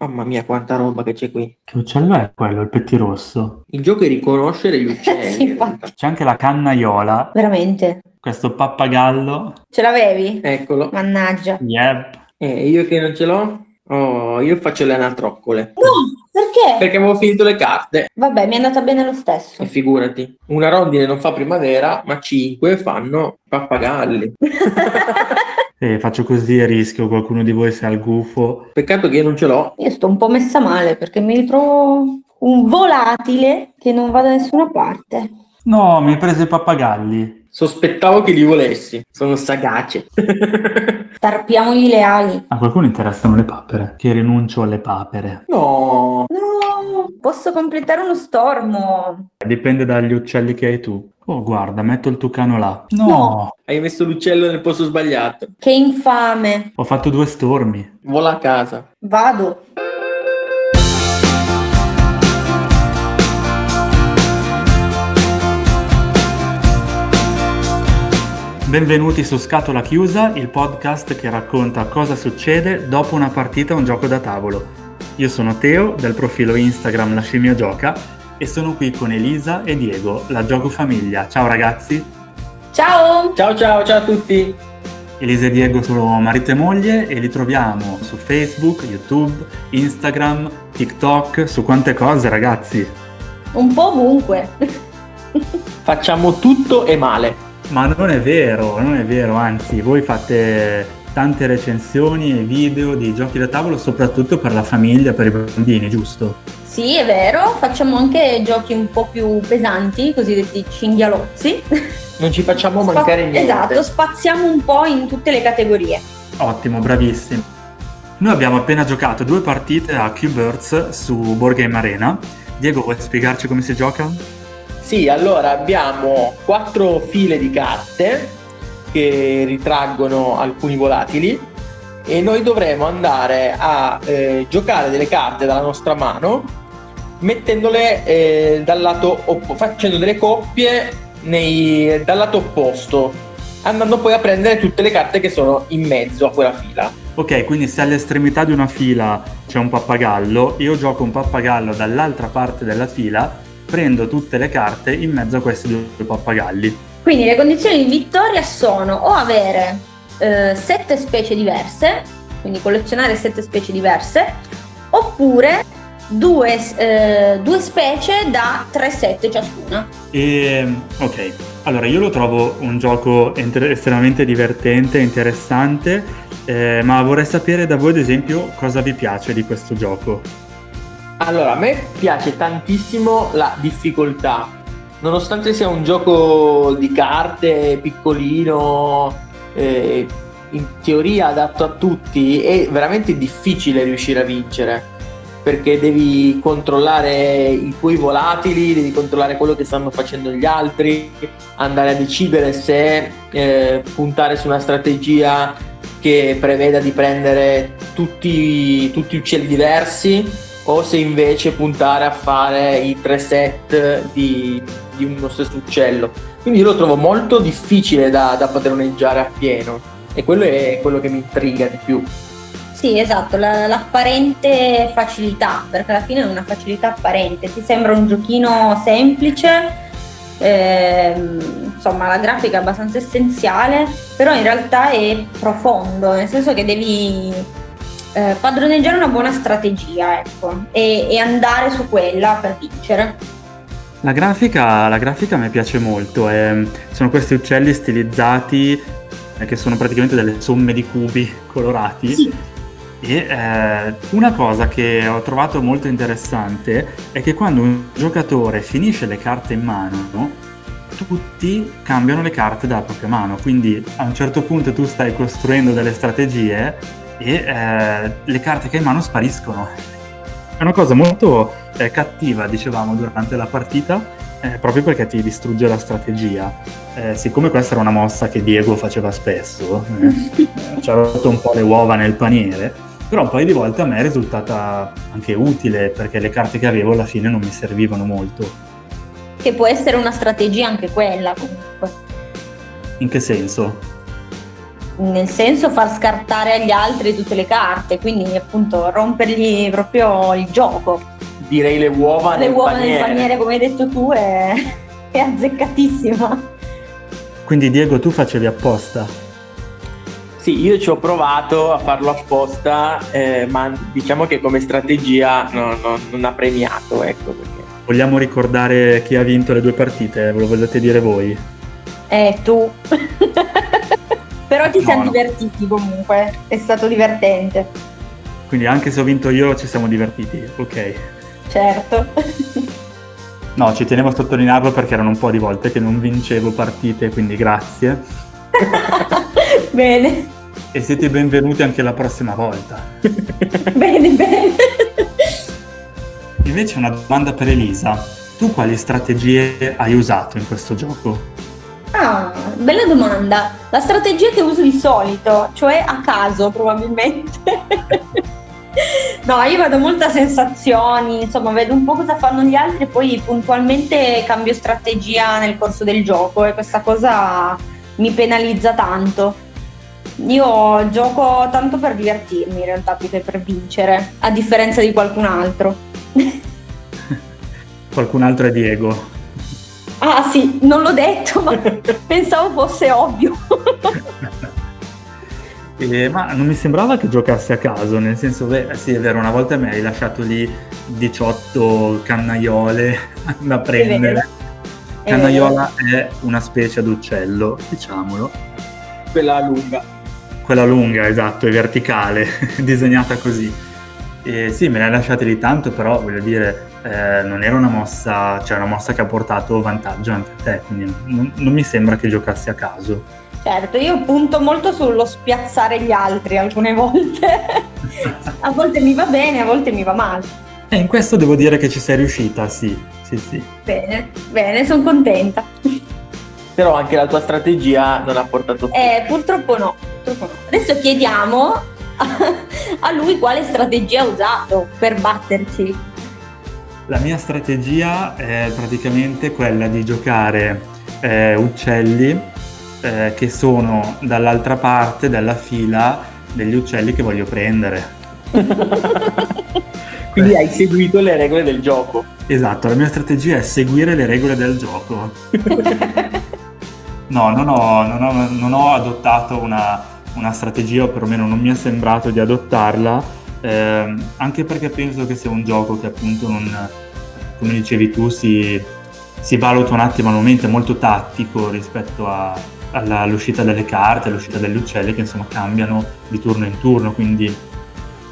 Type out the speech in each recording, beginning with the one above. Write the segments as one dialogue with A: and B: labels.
A: Mamma mia, quanta roba che c'è qui.
B: Che uccello è quello, il pettirosso?
A: Il gioco è riconoscere gli uccelli.
C: Sì,
A: in realtà.
B: C'è anche la cannaiola,
C: Veramente?
B: questo pappagallo.
C: Ce l'avevi?
A: Eccolo.
C: Mannaggia.
B: Yep.
A: Eh, io che non ce l'ho? Oh, io faccio le anatroccole.
C: No, perché?
A: Perché avevo finito le carte.
C: Vabbè, mi è andata bene lo stesso.
A: E figurati. Una rondine non fa primavera, ma cinque fanno pappagalli.
B: E faccio così e rischio qualcuno di voi se al gufo.
A: Peccato che io non ce l'ho.
C: Io sto un po' messa male perché mi ritrovo un volatile che non va da nessuna parte.
B: No, mi hai preso i pappagalli.
A: Sospettavo che li volessi. Sono sagace.
C: Tarpiamogli le ali.
B: A qualcuno interessano le papere, che rinuncio alle papere.
A: no.
C: No, posso completare uno stormo.
B: Dipende dagli uccelli che hai tu. Oh, guarda, metto il tucano là. No,
C: No.
A: Hai messo l'uccello nel posto sbagliato.
C: Che infame.
B: ho fatto due stormi.
A: Vola a casa.
C: Vado.
B: Benvenuti su Scatola Chiusa, il podcast che racconta cosa succede dopo una partita a un gioco da tavolo. Io sono Teo, del profilo Instagram La Scimmia Gioca, e sono qui con Elisa e Diego, la Gioco Famiglia. Ciao ragazzi!
C: Ciao.
A: Ciao ciao ciao a tutti.
B: Elisa e Diego sono marito e moglie e li troviamo su Facebook, YouTube, Instagram, TikTok, su quante cose ragazzi!
C: Un po' ovunque.
A: Facciamo tutto e male.
B: Ma non è vero, non è vero, anzi, voi fate tante recensioni e video di giochi da tavolo, soprattutto per la famiglia, per i bambini, giusto?
C: Sì, è vero, facciamo anche giochi un po' più pesanti, i cosiddetti cinghialozzi.
A: Non ci facciamo
C: Spa-
A: mancare niente.
C: Esatto, spaziamo un po' in tutte le categorie.
B: Ottimo, bravissimo. Noi abbiamo appena giocato due partite a Q-Birds su Board Game Arena. Diego, vuoi spiegarci come si gioca?
A: Sì, allora abbiamo quattro file di carte che ritraggono alcuni volatili e noi dovremo andare a eh, giocare delle carte dalla nostra mano mettendole eh, dal lato opposto, facendo delle coppie nei- dal lato opposto, andando poi a prendere tutte le carte che sono in mezzo a quella fila.
B: Ok, quindi se all'estremità di una fila c'è un pappagallo, io gioco un pappagallo dall'altra parte della fila, prendo tutte le carte in mezzo a questi due pappagalli.
C: Quindi le condizioni di vittoria sono o avere eh, sette specie diverse, quindi collezionare sette specie diverse, oppure due, eh, due specie da tre sette ciascuna.
B: E ok, allora io lo trovo un gioco inter- estremamente divertente, interessante, eh, ma vorrei sapere da voi ad esempio cosa vi piace di questo gioco.
A: Allora, a me piace tantissimo la difficoltà. Nonostante sia un gioco di carte piccolino, eh, in teoria adatto a tutti, è veramente difficile riuscire a vincere. Perché devi controllare i tuoi volatili, devi controllare quello che stanno facendo gli altri, andare a decidere se eh, puntare su una strategia che preveda di prendere tutti, tutti uccelli diversi o se invece puntare a fare i tre set di, di uno stesso uccello. Quindi io lo trovo molto difficile da, da padroneggiare appieno e quello è quello che mi intriga di più.
C: Sì, esatto, la- l'apparente facilità, perché alla fine è una facilità apparente, ti sembra un giochino semplice, ehm, insomma la grafica è abbastanza essenziale, però in realtà è profondo, nel senso che devi eh, padroneggiare una buona strategia, ecco, e, e andare su quella per vincere.
B: La grafica, la grafica mi piace molto, ehm, sono questi uccelli stilizzati eh, che sono praticamente delle somme di cubi colorati. E eh, una cosa che ho trovato molto interessante è che quando un giocatore finisce le carte in mano, no? tutti cambiano le carte dalla propria mano, quindi a un certo punto tu stai costruendo delle strategie e eh, le carte che hai in mano spariscono. È una cosa molto eh, cattiva, dicevamo, durante la partita, eh, proprio perché ti distrugge la strategia. Eh, siccome questa era una mossa che Diego faceva spesso, eh, ci ha rotto un po' le uova nel paniere, però un paio di volte a me è risultata anche utile perché le carte che avevo alla fine non mi servivano molto.
C: Che può essere una strategia anche quella comunque.
B: In che senso?
C: nel senso far scartare agli altri tutte le carte, quindi appunto rompergli proprio il gioco.
A: Direi le uova
C: Le
A: nel
C: uova
A: paniere.
C: nel paniere, come hai detto tu, è, è azzeccatissima.
B: Quindi Diego tu facevi apposta.
A: Sì, io ci ho provato a farlo apposta, eh, ma diciamo che come strategia no, no, non ha premiato, ecco perché.
B: Vogliamo ricordare chi ha vinto le due partite? Ve lo volete dire voi?
C: Eh, tu. Però ci
B: No,
C: siamo
B: no.
C: divertiti comunque, è stato divertente,
B: Quindi anche se ho vinto io ci siamo divertiti, ok.
C: certo.
B: No, ci tenevo a sottolinearlo perché erano un po' di volte che non vincevo partite, quindi grazie.
C: bene,
B: E siete benvenuti anche la prossima volta.
C: bene, bene.
B: Invece una domanda per Elisa. Tu quali strategie hai usato in questo gioco?
C: Ah, bella domanda. La strategia che uso di solito, cioè a caso probabilmente. no, io vado molto a sensazioni, insomma, vedo un po' cosa fanno gli altri e poi puntualmente cambio strategia nel corso del gioco e questa cosa mi penalizza tanto. Io gioco tanto per divertirmi in realtà, più che per vincere, a differenza di qualcun altro.
B: Qualcun altro è Diego.
C: Ah sì, non l'ho detto, ma pensavo fosse ovvio.
B: Eh, ma non mi sembrava che giocassi a caso, nel senso, beh, sì, è vero, una volta mi hai lasciato lì 18 cannaiole da prendere.
C: È vero.
B: Cannaiola è una specie d'uccello, diciamolo.
A: Quella lunga.
B: Quella lunga, esatto, e verticale, disegnata così. E sì, me ne hai lasciate lì tanto, però voglio dire, eh, non era una mossa, cioè una mossa che ha portato vantaggio anche a te, quindi non- non mi sembra che giocassi a caso.
C: Certo, io punto molto sullo spiazzare gli altri alcune volte. a volte mi va bene, a volte mi va male.
B: E in questo devo dire che ci sei riuscita, sì, sì, sì.
C: Bene, bene, sono contenta.
A: Però anche la tua strategia non ha portato frutto.
C: Eh, purtroppo no, purtroppo no. Adesso chiediamo a, a lui quale strategia ha usato per batterci.
B: La mia strategia è praticamente quella di giocare eh, uccelli eh, che sono dall'altra parte della fila degli uccelli che voglio prendere.
A: Quindi hai seguito le regole del gioco.
B: Esatto, la mia strategia è seguire le regole del gioco. No, non ho, non ho- non ho adottato una, una strategia, o perlomeno non mi è sembrato di adottarla, ehm, anche perché penso che sia un gioco che appunto non, come dicevi tu, si, si valuta un attimo al momento, è molto tattico rispetto a- alla- all'uscita delle carte, all'uscita degli uccelli che insomma cambiano di turno in turno, quindi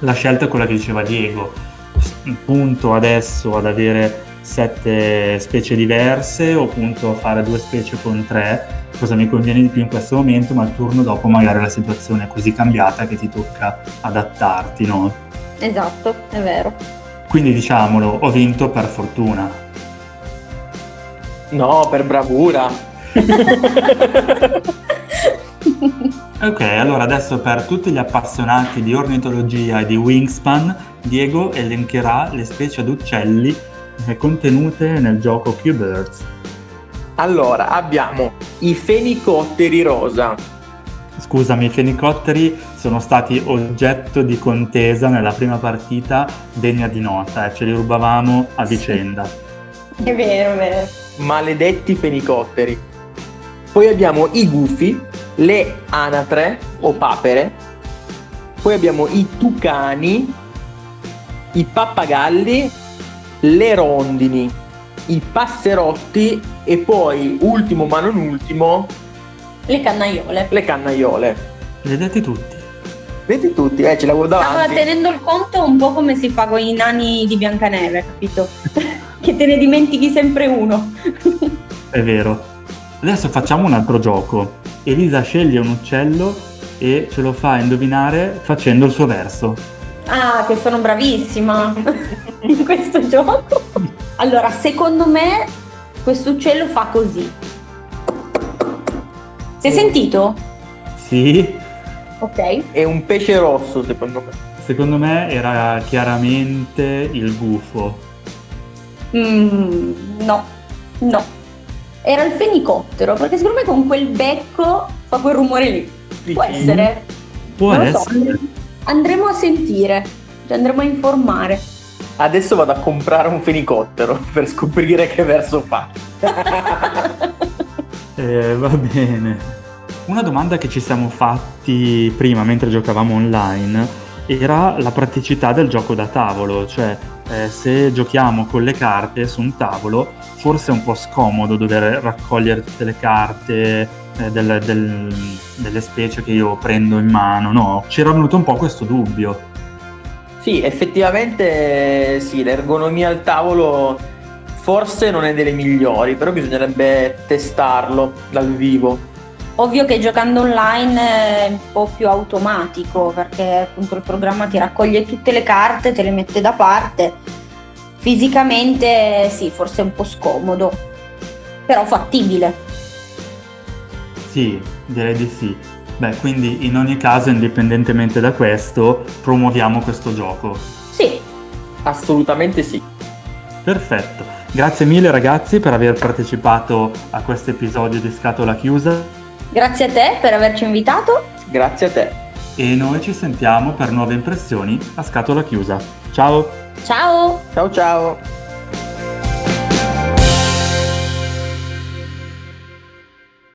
B: la scelta è quella che diceva Diego, S- punto adesso ad avere sette specie diverse o punto a fare due specie con tre, cosa mi conviene di più in questo momento, ma il turno dopo magari la situazione è così cambiata che ti tocca adattarti, no?
C: Esatto, è vero.
B: Quindi diciamolo, ho vinto per fortuna.
A: No, per bravura.
B: Ok, allora adesso per tutti gli appassionati di ornitologia e di wingspan, Diego elencherà le specie d'uccelli eh, contenute nel gioco Q-Birds.
A: Allora, abbiamo i fenicotteri rosa.
B: Scusami, i fenicotteri sono stati oggetto di contesa nella prima partita degna di nota, eh, ce li rubavamo a
C: Sì.
B: vicenda.
C: È vero, è vero.
A: Maledetti fenicotteri. Poi abbiamo i gufi, le anatre o papere. Poi abbiamo i tucani, i pappagalli, le rondini, i passerotti e poi, ultimo ma non ultimo,
C: Le cannaiole.
A: le cannaiole.
B: Li hai detti tutti?
A: Vedi tutti, eh, ce l'avevo
C: Stava
A: davanti.
C: tenendo il conto un po' come si fa con i nani di Biancaneve, capito? che te ne dimentichi sempre uno.
B: È vero. Adesso facciamo un altro gioco. Elisa sceglie un uccello e ce lo fa indovinare facendo il suo verso.
C: Ah, che sono bravissima in questo gioco. Allora, secondo me questo uccello fa così. Si è sentito?
B: Sì,
C: Ok.
A: È un pesce rosso, secondo me.
B: secondo me era chiaramente il gufo.
C: Mm, no, no. Era il fenicottero, perché secondo me con quel becco fa quel rumore lì. Può essere.
B: Può
C: non lo so,
B: essere.
C: andremo- andremo a sentire, ci andremo a informare.
A: Adesso vado a comprare un fenicottero per scoprire che verso fa.
B: Eh, va bene. Una domanda che ci siamo fatti prima mentre giocavamo online era la praticità del gioco da tavolo, cioè eh, se giochiamo con le carte su un tavolo forse è un po' scomodo dover raccogliere tutte le carte eh, del- del- delle specie che io prendo in mano, no? C'era venuto un po' questo dubbio.
A: Sì, effettivamente sì, l'ergonomia al tavolo forse non è delle migliori, però bisognerebbe testarlo dal vivo.
C: Ovvio che giocando online è un po' più automatico perché appunto il programma ti raccoglie tutte le carte, te le mette da parte. Fisicamente sì, forse è un po' scomodo, però fattibile.
B: Sì, direi di sì. Beh, quindi in ogni caso, indipendentemente da questo, promuoviamo questo gioco.
C: Sì,
A: Assolutamente sì.
B: Perfetto. Grazie mille ragazzi per aver partecipato a questo episodio di Scatola Chiusa
C: grazie a te per averci invitato.
A: Grazie a te.
B: e noi ci sentiamo per nuove impressioni a Scatola Chiusa. Ciao!
C: Ciao!
A: Ciao ciao.